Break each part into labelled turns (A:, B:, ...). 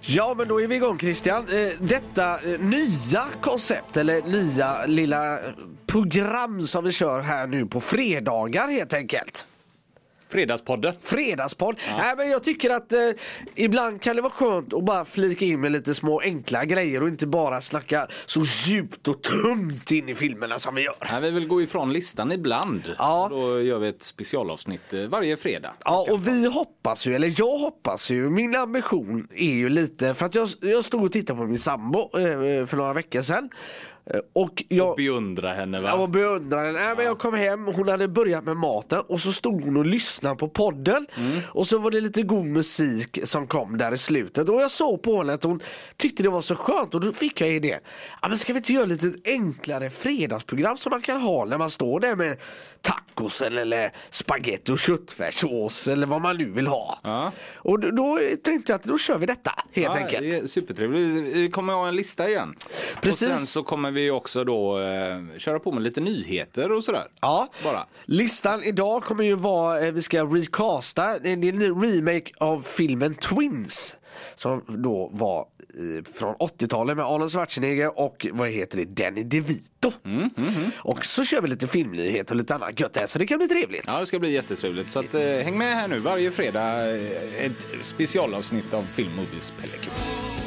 A: Ja, men då är vi igång Christian. Eh, Detta eh, nya koncept, eller nya lilla program som vi kör här nu på fredagar helt enkelt.
B: Fredagspodden.
A: Fredagspodd. Nej, men jag tycker att eh, ibland kan det vara skönt att bara flika in med lite små enkla grejer och inte bara snacka så djupt och tungt in i filmerna som vi gör.
B: Nej, vi vill gå ifrån listan ibland.
A: Ja.
B: Och Då gör vi ett specialavsnitt eh, varje fredag.
A: Ja, och vi hoppas ju, eller jag hoppas ju, min ambition är ju lite, för att jag, jag stod och tittade på min sambo eh, för några veckor sedan. Eh, Och jag,
B: Beundra henne va?
A: Jag var beundrad. Nej, men jag kom hem, hon hade börjat med maten och så stod hon och lyssnade på podden.
B: Mm.
A: Och så var det lite god musik som kom där i slutet. Och jag såg på henne att hon tyckte det var så skönt och då fick jag idén. Ja, men ska vi inte göra lite enklare fredagsprogram som man kan ha när man står där med tacos eller, eller spagetti och köttfärssås eller vad man nu vill ha.
B: Ja.
A: Och då, då tänkte jag att då kör vi detta helt
B: Ja,
A: enkelt.
B: det är Supertrevligt. Vi kommer ha en lista igen.
A: Precis.
B: Och sen så kommer vi också då eh, köra på med lite nyheter och sådär.
A: Ja,
B: Bara.
A: listan idag kommer ju vara, eh, vi ska recasta, det är en ny remake av filmen Twins. Som då var eh, från 80-talet med Arnold Schwarzenegger och vad heter det, Danny DeVito.
B: Mm,
A: Och så kör vi lite filmnyheter och lite annat gött här så det kan bli trevligt.
B: Ja, det ska bli jättetrevligt. Så att, eh, häng med här nu. Varje fredag eh, ett specialavsnitt av Film Movies Pelle Kull.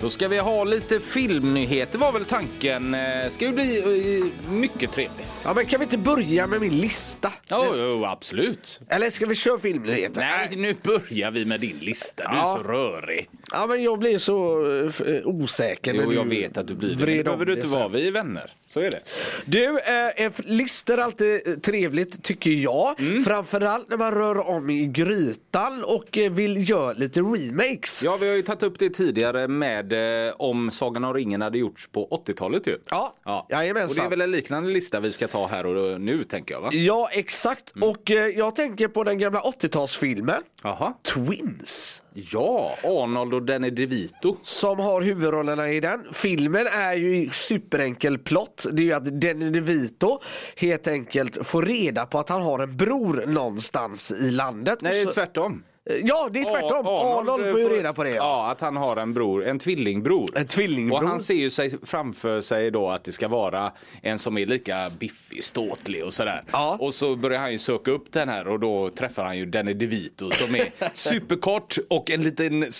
B: Då ska vi ha lite filmnyheter var väl tanken. Eh, ska ju bli eh, mycket trevligt.
A: Ja men kan vi inte börja med min lista?
B: Jo, jo, absolut.
A: Eller ska vi köra filmnyheter?
B: Nej, nu börjar vi med din lista. Du är
A: Ja.
B: så rörig.
A: Ja men jag blir så eh, f- eh, osäker
B: Jo,
A: när
B: jag
A: du
B: vet att du blir det. Men
A: vred
B: det
A: om
B: behöver du inte
A: sen.
B: vara. Vi är vänner. Så är det.
A: Du, eh, eh, lister är alltid eh, trevligt tycker jag. Framförallt när man rör om i grytan och eh, vill göra lite remakes.
B: Ja, vi har ju tagit upp det tidigare med eh, om Sagan om ringen hade gjorts på 80-talet ju.
A: Ja, jajamensan.
B: Och det är väl en liknande lista vi ska ta här och eh, nu tänker jag va?
A: Ja, exakt. Och eh, jag tänker på den gamla 80-talsfilmen
B: Jaha.
A: Twins.
B: Ja, Arnold och Danny DeVito.
A: Som har huvudrollerna i den. Filmen är ju i superenkel plott. Det är ju att Danny DeVito helt enkelt får reda på att han har en bror någonstans i landet.
B: Nej,
A: Och så-
B: tvärtom.
A: Ja, det är tvärtom.
B: Ar-
A: Arnold får ju reda på det. Ja.
B: Ja, att han har en bror, en tvillingbror.
A: En tvillingbror.
B: Och han ser ju sig framför sig då att det ska vara en som är lika biffig, ståtlig och sådär.
A: Ja.
B: Och så börjar han ju söka upp den här och då träffar han ju Danny DeVito som är superkort och en liten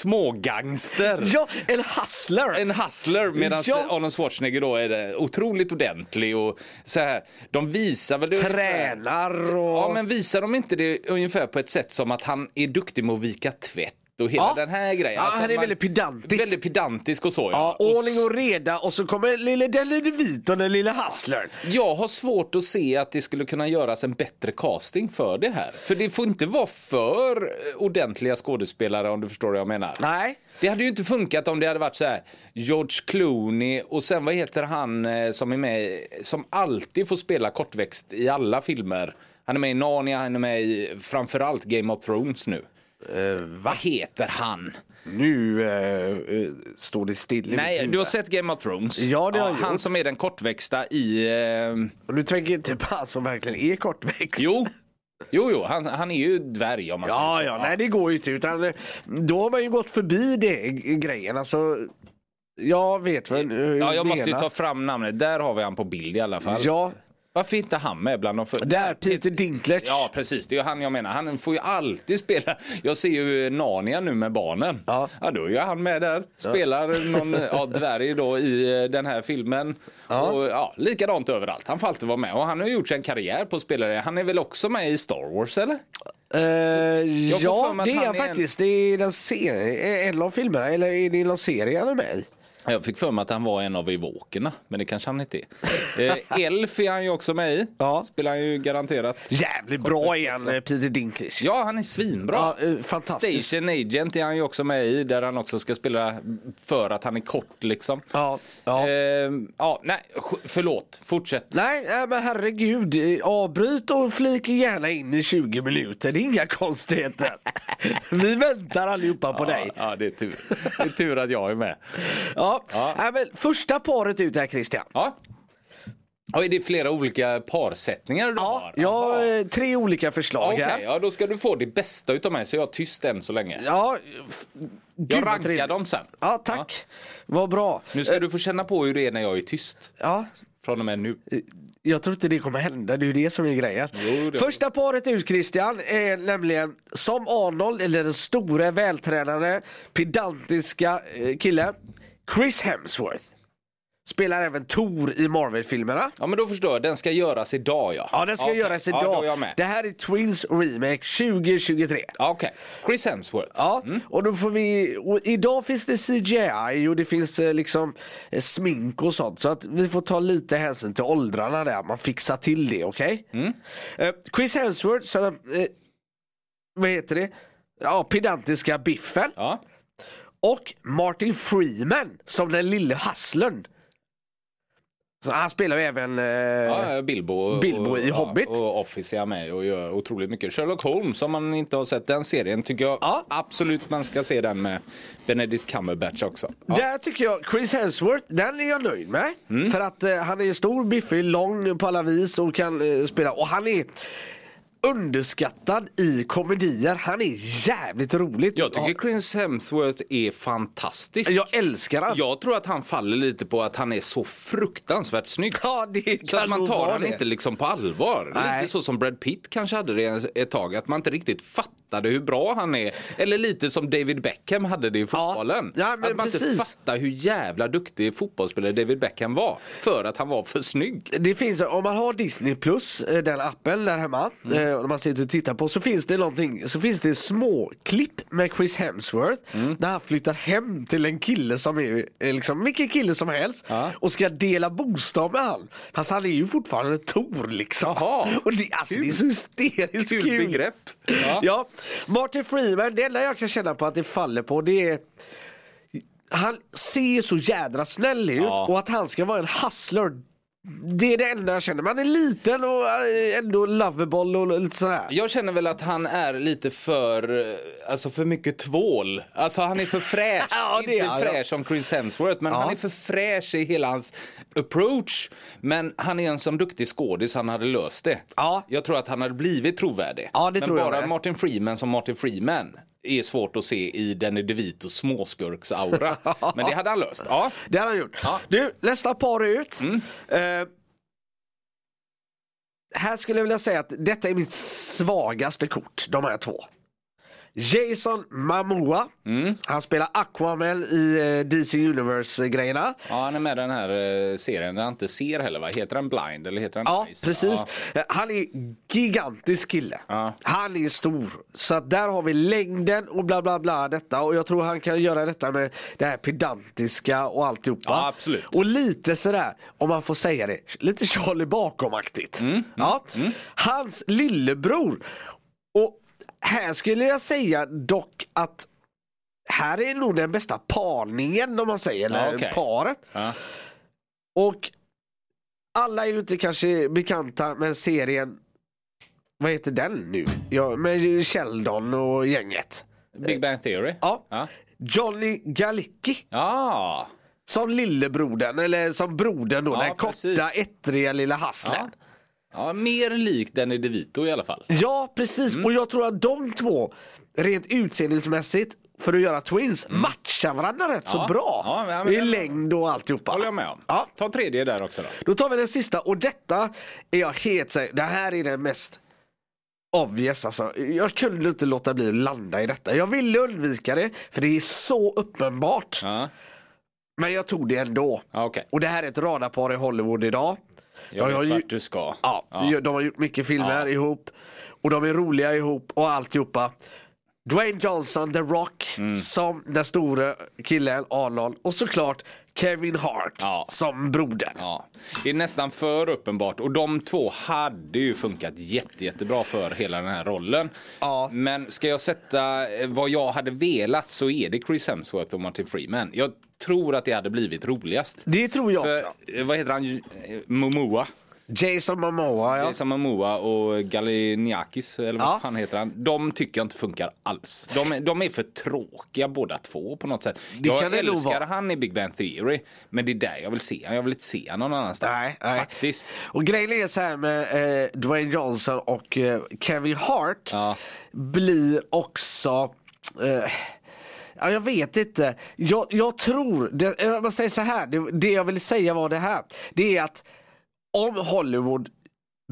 B: smågangster.
A: Ja, en hustler!
B: En hustler medan
A: Ja.
B: Arnold Schwarzenegger då är eh, otroligt ordentlig och så här. De visar väl det ungefär-
A: tränar och...
B: Ja, men visar de inte det ungefär på ett sätt som att han är duktig med att vika tvätt och hela
A: Ja.
B: den här grejen? Alltså,
A: Ja, han är väldigt pedantisk.
B: Väldigt pedantisk och så
A: Ja,
B: ja.
A: ordning
B: s-
A: och reda och så kommer lille Danny DeVito, den lille hustlern.
B: Jag har svårt att se att det skulle kunna göras en bättre casting för det här. För det får inte vara för eh, ordentliga skådespelare om du förstår vad jag menar.
A: Nej.
B: Det hade ju inte funkat om det hade varit så här George Clooney och sen vad heter han eh, som är med som alltid får spela kortväxt i alla filmer. Han är med i Narnia, han är med i framförallt Game of Thrones nu.
A: Eh,
B: vad heter han?
A: Nu eh, eh, står det still i mitt
B: Nej,
A: huvud.
B: du har sett Game of Thrones?
A: Ja, det har jag
B: Han
A: gjort.
B: som är den kortväxta i... Eh,
A: Och nu tänker jag inte på han som verkligen är kortväxt.
B: jo, jo, jo han, han är ju dvärg om man säger
A: Ja,
B: så.
A: ja, nej det går ju inte utan eh, då har man ju gått förbi det eh, grejen alltså. Jag vet väl eh, hur
B: Ja,
A: du
B: jag måste ju
A: menar.
B: ta fram namnet. Där har vi han på bild i alla fall.
A: Ja,
B: Varför är inte han med bland de för...
A: där Peter Dinklage.
B: Ja, precis. Det är ju han jag menar. Han får ju alltid spela. Jag ser ju Narnia nu med barnen.
A: Ja.
B: ja då är ju han med där. Spelar någon ja, dvärg då i eh, den här filmen. Och, ja, likadant överallt. Han får alltid vara med. Och han har ju gjort sig en karriär på att spela det. Han är väl också med i Star Wars, eller?
A: Eh,
B: får
A: ja
B: för mig att
A: det är
B: han är
A: han
B: en-
A: faktiskt. Det är den serien, en av filmerna, eller är det någon serie han är med i?
B: Jag fick för mig att han var en av evokerna, men det kanske han inte är. Eh, Elf är han ju också med i.
A: Ja.
B: Spelar han ju garanterat.
A: Jävligt bra igen eh, Peter Dinklage.
B: Ja, han är svinbra.
A: Ja, eh, fantastisk.
B: Station Agent är han ju också med i där han också ska spela för att han är kort liksom.
A: Ja, ja.
B: Ehm, ja nej, sk- förlåt, fortsätt.
A: Nej, nej, men herregud. eh, Avbryt och flik gärna in i 20 minuter. Det är inga konstigheter. Vi väntar allihopa på dig.
B: Ja, det är, tur. det är tur att jag är med.
A: Ja.
B: Ja.
A: Nej, men första paret ut här Christian.
B: Ja. Och är det flera olika parsättningar du
A: Ja,
B: har?
A: jag
B: Jaha.
A: har eh, tre olika förslag
B: Okej,
A: här.
B: ja, då ska du få det bästa utav mig så jag är tyst än så länge.
A: Ja, f- vad
B: Jag rankar
A: trevligt. Eh.
B: dem sen.
A: Ja, tack. Vad bra.
B: Nu ska du få känna på hur det är när jag är tyst.
A: Ja,
B: Från och med nu.
A: Eh. jag tror inte det kommer hända, det är ju det som är grejen.
B: Jo, det-
A: Första paret ut Christian är nämligen som Arnold, eller den stora vältränade pedantiska eh, killen, Chris Hemsworth. Spelar även Thor i Marvel-filmerna.
B: Ja men då förstår jag, den ska göras idag ja.
A: Ja den ska
B: okej.
A: göras idag.
B: Ja, då är jag med.
A: det här är Twins Remake 2023.
B: Ja, Okej, Chris Hemsworth.
A: Ja, och då får vi, och idag finns det CGI och det finns eh, liksom eh, smink och sånt. Så att vi får ta lite hänsyn till åldrarna där, man fixar till det, okej?
B: Mm.
A: Eh, Chris Hemsworth, så, eh, vad heter det? Ja, pedantiska Biffen.
B: Ja.
A: Och Martin Freeman som den lille hustlern. Så han spelar ju även... Eh,
B: Ja, Bilbo, och-
A: Bilbo i
B: och,
A: Hobbit.
B: Ja, och Office är jag med och gör otroligt mycket. Sherlock Holmes, om man inte har sett den serien, tycker jag
A: Ja.
B: absolut man ska se den med Benedict Cumberbatch också. Ja. Mm.
A: Där tycker jag Chris Hemsworth, den är jag nöjd med. För att eh, han är stor, biffig, lång på alla vis och kan eh, spela. Och han är underskattad i komedier. Han är jävligt roligt.
B: Jag tycker Chris Hemsworth är fantastisk.
A: Ja, jag älskar han. Ja,
B: Jag tror att han faller lite på att han är så fruktansvärt snygg.
A: det
B: Så att
A: kan
B: man
A: nog
B: tar
A: vara
B: han
A: det.
B: inte liksom på allvar.
A: Nej.
B: Lite så som Brad Pitt kanske hade det ett tag. Att man inte riktigt fattade hur bra han är. Eller lite som David Beckham hade det i fotbollen.
A: Ja, men
B: att man inte
A: precis.
B: fattade hur jävla duktig fotbollsspelare David Beckham var. För att han var för snygg.
A: Det finns, om man har Disney plus, eh, den appen där hemma, mm. och man sitter och tittar på, så finns det någonting, så finns det små klipp med Chris Hemsworth
B: Mm.
A: när han flyttar hem till en kille som är eh, liksom vilken kille som helst
B: Ja.
A: och ska dela bostad med han. Fast han är ju fortfarande Tor liksom.
B: Jaha.
A: Och det, alltså, det är så hysteriskt
B: Kul
A: kul.
B: begrepp. Ja.
A: Ja. Martin Freeman, det enda jag kan känna på att det faller på det är han ser så jädra snäll ut
B: Ja.
A: och att han ska vara en hustler det är det enda jag känner. Man är liten och eh, ändå lovable och lite sådär.
B: Jag känner väl att han är lite för, eh, alltså för mycket tvål. Alltså han är för fräsch.
A: Ja, det är
B: Inte
A: han, ja.
B: fräsch som Chris Hemsworth men
A: Ja.
B: han är för fräsch i hela hans approach. Men han är en som duktig skådis, han hade löst det.
A: Ja.
B: Jag tror att han hade blivit trovärdig.
A: Ja, det
B: men
A: tror jag
B: bara
A: med.
B: Martin Freeman som Martin Freeman är svårt att se i Danny DeVitos småskurksaura. men det hade han löst. Ja.
A: Det har han gjort.
B: Ja. Mm.
A: Du, nästa par är ut. Eh, här skulle jag vilja säga att detta är mitt svagaste kort, de här två. Jason Momoa,
B: Mm.
A: han spelar Aquaman i eh, DC Universe-grejerna.
B: ja, han är med i den här eh, serien där han inte ser heller va? Heter han Blind eller heter han
A: Ja,
B: Nice?
A: precis.
B: Ja.
A: Eh, Han är gigantisk kille.
B: Ja.
A: Han är stor. Så att där har vi längden och bla bla bla detta. Och jag tror han kan göra detta med det här pedantiska och alltihopa.
B: Ja, absolut.
A: Och lite sådär, om man får säga det, lite Charlie Bakom-aktigt.
B: Mm,
A: ja. Hans lillebror. Och här skulle jag säga dock att här är nog den bästa parningen om man säger, eller
B: Ja, okej.
A: paret.
B: Ja.
A: Och alla är ju inte kanske bekanta med serien, vad heter den nu? Ja, med Sheldon och gänget.
B: Big Bang Theory.
A: Ja.
B: Ja.
A: Johnny Galecki
B: Ja.
A: som lillebrodern, eller som brodern då,
B: Ja,
A: den
B: precis.
A: korta ettriga lilla haslern. Ja.
B: ja, mer lik Danny DeVito i alla fall.
A: precis.
B: Mm.
A: Och jag tror att de två, rent utseendemässigt, för att göra Twins, matchar varandra rätt
B: Mm. Ja.
A: så bra.
B: Ja, men- men-
A: I längd och alltihopa.
B: Håller jag med om.
A: Ja.
B: Ta tredje där också då.
A: Då tar vi den sista och detta är jag helt säker Det här är den mest obvious alltså. Jag kunde inte låta bli att landa i detta. Jag ville undvika det för det är så uppenbart.
B: Ja,
A: Men jag tog det ändå.
B: ja okej.
A: Och det här är ett radarpar i Hollywood idag.
B: Jag
A: de, har
B: vet
A: ju,
B: vart du ska.
A: ja, de har gjort mycket filmer
B: Ja.
A: ihop. Och de är roliga ihop och alltihopa. Dwayne Johnson, The Rock,
B: Mm.
A: som den store killen Arnold. Och såklart Kevin Hart
B: Ja.
A: som brodern.
B: Ja. Det är nästan för uppenbart och de två hade ju funkat jätte, jättebra för hela den här rollen.
A: Ja.
B: Men ska jag sätta eh, vad jag hade velat så är det Chris Hemsworth och Martin Freeman. Jag tror att det hade blivit roligast.
A: Det tror jag också.
B: För, eh, vad heter han? Eh, Momoa.
A: Jason Momoa ja.
B: Jason Momoa och Galiniakis, eller vad
A: Ja.
B: fan heter han? De tycker jag inte funkar alls. De, är- de är för tråkiga båda två på något sätt. jag
A: kan det nog
B: älskar
A: vara.
B: han i Big Bang Theory, men det är där jag vill se han. Jag vill inte se han någon annanstans.
A: Nej, nej.
B: Faktiskt.
A: Och grejen är så här med eh, Dwayne Johnson och eh, Kevin Hart
B: Ja.
A: blir också eh, Ja, jag vet inte. Jag, jag tror, det, eh, man säger så här, det, det jag ville säga var det här. Det är att om Hollywood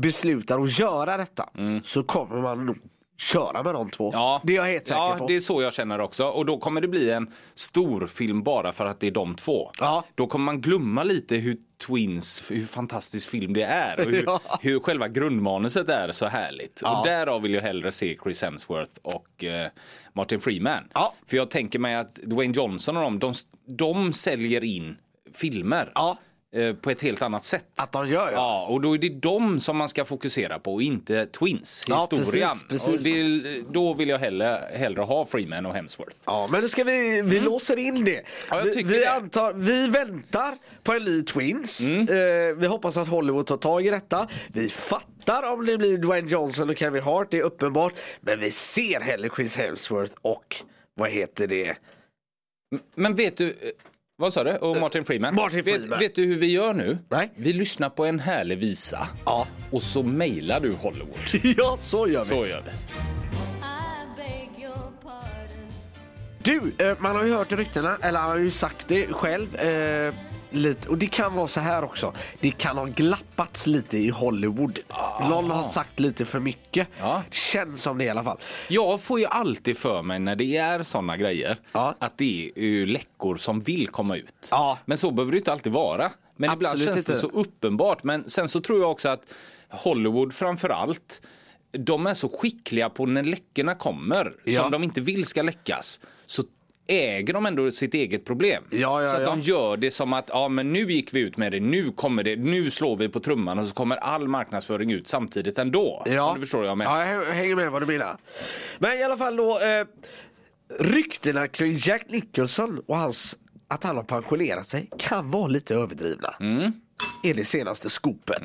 A: beslutar att göra detta så kommer man nog köra med de två.
B: Mm. Ja.
A: Det är jag helt säker
B: ja,
A: på.
B: det är så jag känner också. Och då kommer det bli en stor film bara för att det är de två.
A: Ja.
B: Då kommer man glömma lite hur Twins, hur fantastisk film det är. Och hur,
A: Ja.
B: hur själva grundmanuset är så härligt.
A: Ja.
B: Och därav vill jag hellre se Chris Hemsworth och eh, Martin Freeman.
A: Ja.
B: För jag tänker mig att Dwayne Johnson och de, de, de säljer in filmer.
A: Ja.
B: eh, På ett helt annat sätt.
A: Att de gör ja.
B: Ja, och då är det de som man ska fokusera på och inte Twins,
A: Ja,
B: historien.
A: precis, precis.
B: Och det, då vill jag hellre, hellre ha Freeman och Hemsworth.
A: Ja, men nu ska vi, vi låser in det.
B: Mm. Ja, jag
A: vi,
B: tycker
A: vi,
B: det. Mm.
A: antar, vi väntar på en ny Twins. Eh, vi hoppas att Hollywood tar tag i detta. Vi fattar om det blir Dwayne Johnson och Kevin Hart, det är uppenbart. Men vi ser hellre Chris Hemsworth och vad heter det?
B: Men vet du, eh, vad sa du? Och Martin Freeman?
A: Eh, Martin Freeman.
B: Vet, vet du hur vi gör nu?
A: Nej.
B: Vi lyssnar på en härlig visa
A: Ja,
B: och så mejlar du Hollywood.
A: ja så gör vi.
B: Så gör vi.
C: I beg your pardon.
A: Du, eh, man har ju hört ryktena, eller han har ju sagt det själv. Eh, lite. Och det kan vara så här också. Det kan ha glappats lite i Hollywood. Någon har sagt lite för mycket.
B: Ja.
A: Det känns som det i alla fall.
B: Jag får ju alltid för mig när det är såna grejer
A: Ja.
B: att det är ju läckor som vill komma ut.
A: Ja.
B: Men så behöver det inte alltid vara. Men ibland
A: Absolut
B: känns det
A: inte.
B: så uppenbart. Men sen så tror jag också att Hollywood framför allt de är så skickliga på när läckorna kommer
A: Ja.
B: som de inte vill ska läckas. Så äger de ändå sitt eget problem.
A: Ja, ja,
B: så att
A: ja.
B: de gör det som att ja, men nu gick vi ut med det, nu kommer det, nu slår vi på trumman och så kommer all marknadsföring ut samtidigt ändå. Om Du förstår vad jag menar.
A: Ja, jag hänger med vad du menar. Men i alla fall då. Eh, ryktena kring Jack Nicholson och hans att han har pensionerat sig kan vara lite överdrivna.
B: Mm.
A: Är det senaste skopet.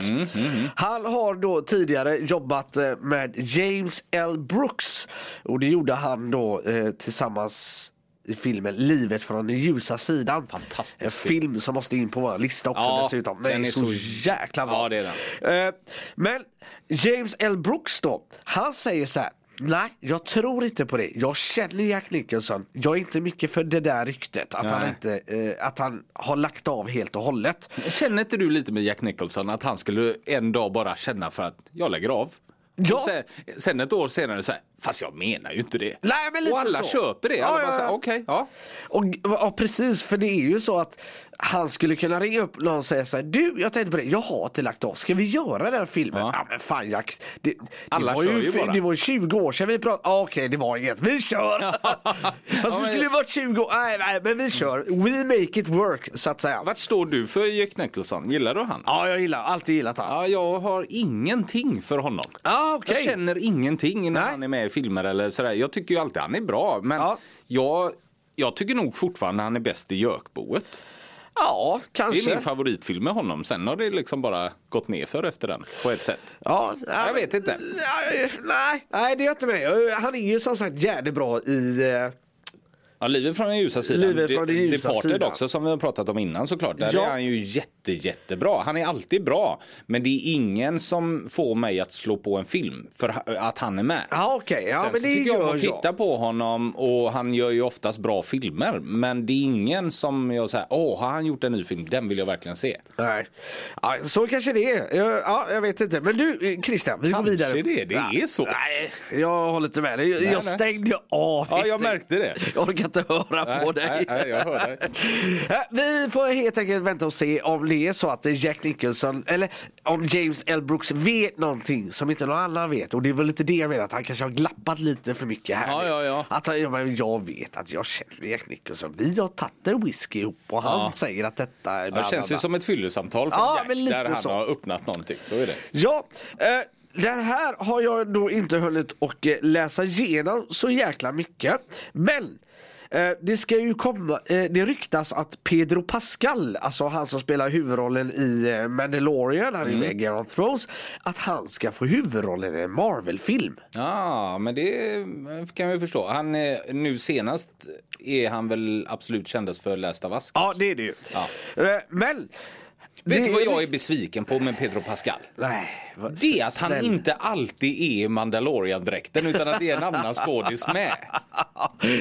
A: Han har då tidigare jobbat eh, med James L. Brooks. Och det gjorde han då eh, tillsammans i filmen Livet från den ljusa sidan.
B: Fantastisk
A: En film som måste in på vår lista också
B: Ja,
A: dessutom. Den,
B: den
A: är,
B: är
A: så,
B: så-
A: jäkla bra.
B: Ja, det är den.
A: Eh, Men James L. Brooks då, han säger så här. Nej, jag tror inte på det. Jag känner Jack Nicholson. Jag är inte mycket för det där ryktet. Att, han,
B: Nej.
A: inte, eh, att han har lagt av helt och hållet.
B: Känner inte du lite med Jack Nicholson att han skulle en dag bara känna för att jag lägger av?
A: Ja.
B: Och sen, sen ett år senare så här, fast jag menar ju inte det.
A: Nej, men lite
B: och alla
A: så.
B: köper det.
A: Ja,
B: alla bara
A: ja,
B: så här,
A: ja.
B: Okej, ja.
A: Och, ja, precis, för det är ju så att han skulle kunna ringa upp någon och säga så här. Du, jag tänkte på det. Jag har inte lagt av. Ska vi göra den filmen? Ja,
B: Ja.
A: men fan Jack. Det, det,
B: Alla
A: var
B: kör
A: ju,
B: ju
A: fi-
B: bara.
A: det var ju 20 år sedan vi pratade. Ah, Okej, det var inget. Vi kör! Fast
B: Ja,
A: vi
B: men-
A: skulle ju varit 20 år. Nej, nej, men vi kör. We make it work, så att säga.
B: Vart står du för Jack Nicholson? Gillar du han?
A: Ja, jag gillar, alltid gillat han.
B: Ja, jag har ingenting för honom.
A: Ah, okej.
B: Jag känner ingenting när
A: Nej.
B: han är med i filmer eller sådär. Jag tycker ju alltid han är bra. Men
A: Ja.
B: jag, jag tycker nog fortfarande han är bäst i Jökboet.
A: Ja,
B: Det är
A: kanske.
B: min favoritfilm med honom. Sen har det liksom bara gått ner för efter den på ett sätt.
A: Ja,
B: Jag vet inte.
A: Nej, nej, nej det gör inte mig. Han är ju som sagt jävligt bra i... eh,
B: Ja, livet från den ljusa sidan.
A: Livet från den
B: De-
A: ljusa
B: Departed
A: sidan.
B: också som vi har pratat om innan såklart. Där
A: Ja.
B: är han ju jätte, jättebra. Han är alltid bra. Men det är ingen som får mig att slå på en film för ha- att han är med.
A: Ja, okej. Ja,
B: Sen
A: men
B: så
A: det
B: tycker jag om
A: gör
B: att
A: jag.
B: titta på honom och han gör ju oftast bra filmer. Men det är ingen som jag säger, åh har han gjort en ny film? Den vill jag verkligen se.
A: Nej. Ja, så kanske det är. Jag- Ja, jag vet inte. Men du, eh, Christian, vi går
B: Kanske
A: vidare.
B: det, det
A: Nej.
B: är så.
A: Nej, jag håller inte med dig. Jag,
B: nej.
A: jag stängde av.
B: Ja, jag
A: helt
B: märkte det.
A: Jag orkar inte höra på
B: Nej,
A: dig.
B: nej, nej, jag hör dig.
A: Ja, Vi får helt enkelt vänta och se om det är så att Jack Nicholson eller om James L. Brooks vet någonting som inte någon annan vet. Och det är väl lite det jag menar, att han kanske har glappat lite för mycket här.
B: Ja,
A: nu.
B: ja, ja.
A: Att han, ja, men jag vet att jag känner Jack Nicholson. Vi har tagit en whisky ihop och han
B: Ja.
A: säger att detta är... bla,
B: Det
A: bla,
B: känns ju
A: bla.
B: som ett fyllesamtal från
A: Ja, men
B: Jack
A: lite
B: där han
A: så.
B: har öppnat någonting. Så är det.
A: Ja, eh, den här har jag då inte hunnit och eh, läsa igenom så jäkla mycket. Men eh, det ska ju komma, eh, det ryktas att Pedro Pascal, alltså han som spelar huvudrollen i eh, Mandalorian, han är
B: Mm.
A: med i Game of Thrones, att han ska få huvudrollen i en Marvel-film.
B: Ja, men det kan vi förstå. Han, eh, nu senast är han väl absolut kändast för Last of Us.
A: Ja, det är det ju. Eh, Men
B: Vet du
A: Det-
B: vad jag är besviken på med Pedro Pascal?
A: Nej, vad-
B: Det är att han
A: snäll.
B: inte alltid är i Mandalorian-dräkten utan att det är en annan skådis med.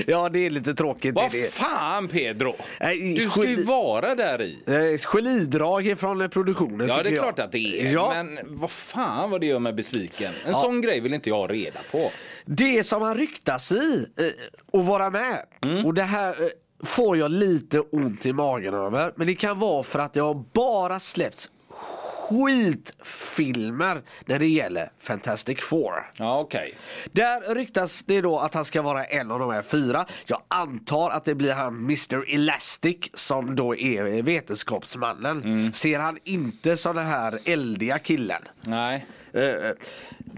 A: Ja, det är lite tråkigt.
B: Vad
A: det är det.
B: fan Pedro!
A: Nej,
B: Du ska ju
A: skit-
B: vara där i.
A: Eh, Genidrag från eh, produktionen
B: Ja, det är
A: tycker jag.
B: klart att det är.
A: Ja,
B: Men vad fan vad det gör mig besviken. En sån grej vill inte jag ha reda på.
A: Det som han ryktas i eh, och vara med.
B: Mm.
A: Och det här eh, får jag lite ont i magen över. Men det kan vara för att det har bara släppts skitfilmer när det gäller Fantastic Four.
B: Ja, okej.
A: Där ryktas det då att han ska vara en av de här fyra. Jag antar att det blir han Mr Elastic som då är vetenskapsmannen.
B: Mm.
A: Ser han inte som den här eldiga killen.
B: Nej.
A: Eh, eh, där.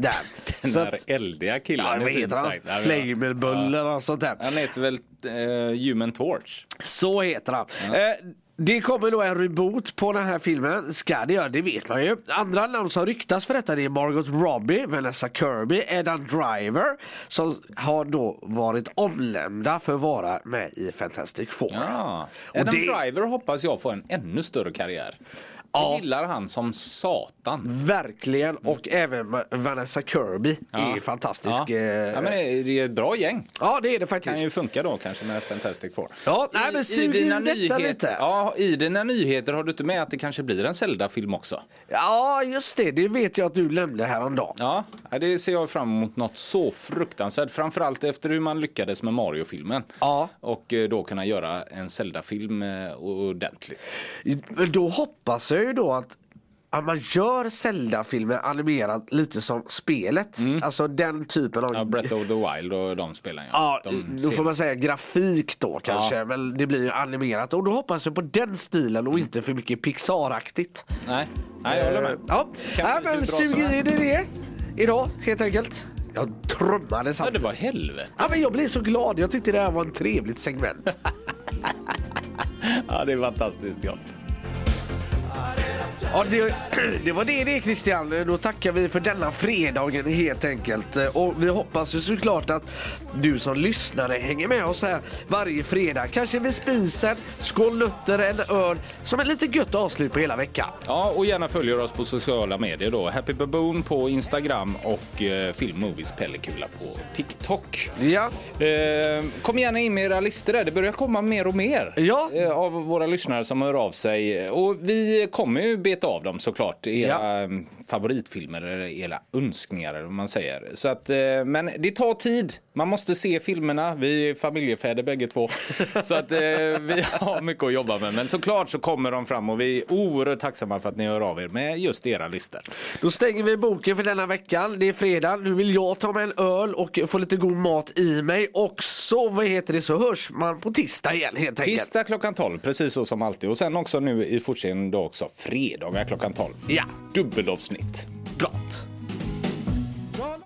B: Den
A: Så
B: här
A: att-
B: eldiga killen.
A: Ja,
B: är
A: vad
B: fint
A: heter han?
B: sagt. Ja,
A: Flamerbull eller något sånt där.
B: ja. Han heter väl eh, Human Torch?
A: Så heter han. Eh, det kommer då en reboot på den här filmen. Ska det göra, det vet man ju. Andra namn som ryktas för detta det är Margot Robbie, Vanessa Kirby, Edan Driver som har då varit omnämnda för att vara med i Fantastic Four.
B: Ja.
A: Och
B: Adam
A: det-
B: Driver hoppas jag får en ännu större karriär. Jag gillar han som satan.
A: Verkligen, och även Va- Vanessa Kirby är fantastisk.
B: Mm. Ja.
A: eh,
B: Ja, men det är- det är ett bra gäng.
A: ja, det är det
B: kan ju
A: faktiskt.
B: funka då kanske med Fantastic Four.
A: Ja, nej, men sug i detta lite.
B: Ja, I dina nyheter har du inte med att det kanske blir en Zelda-film också?
A: Ja, just det. Det vet jag att du nämnde häromdagen.
B: Ja, ja, det ser jag fram emot något så fruktansvärt. Framförallt efter hur man lyckades med Mario-filmen.
A: Ja.
B: Och eh, då kunna göra en Zelda-film eh, ordentligt.
A: Men då hoppas jag ju då att att man gör Zelda-filmer animerat lite som spelet. Alltså den typen av...
B: Mm. Ja, Breath of the Wild och de spelarna.
A: Ja,
B: de
A: då får
B: serierna.
A: man säga grafik då kanske. Men det blir ju animerat. Och då hoppas jag på den stilen och inte för mycket Pixar-aktigt.
B: Nej, nej, Mm. jag håller
A: Eh,
B: med.
A: Ja,
B: Kan
A: ja
B: bli hur
A: men
B: bra
A: sug
B: som helst.
A: i dig det idag helt enkelt. Jag trummade
B: Ja, det
A: samtidigt.
B: var helvete.
A: Ja, men jag blev så glad. Jag tyckte det här var ett trevligt segment.
B: Ja, det är fantastiskt. Ja.
A: Ja, det, det var det det Christian. Då tackar vi för denna fredagen helt enkelt. Och vi hoppas ju såklart att du som lyssnare hänger med oss här varje fredag. Kanske vid spisen, skål nötter, en öl som ett lite gött avslut på hela veckan.
B: Ja, och gärna följer oss på sociala medier då. Happy Baboon på Instagram och eh, Film Movies Pellekula på TikTok.
A: Ja,
B: Eh, kom gärna in med era listor där. Det börjar komma mer och mer
A: Ja.
B: eh, av våra lyssnare som hör av sig. Och vi kommer ju beta av dem såklart. Era
A: Ja.
B: eh, favoritfilmer eller era önskningar eller vad man säger. Så att, eh, men det tar tid. Man måste se filmerna. Vi är familjefäder bägge två. Så att eh, vi har mycket att jobba med. Men såklart så kommer de fram och vi är oerhört tacksamma för att ni hör av er med just era listor.
A: då stänger vi boken för denna veckan. Det är fredag. Nu vill jag ta mig en öl och få lite god mat i mig. Och så, vad heter det, så hörs man på tisdag igen helt enkelt.
B: Tisdag klockan 12, precis så som alltid. Och sen också nu i fortsättningen då också fredagar klockan 12.
A: Ja,
B: Dubbelavsnitt.
A: gott.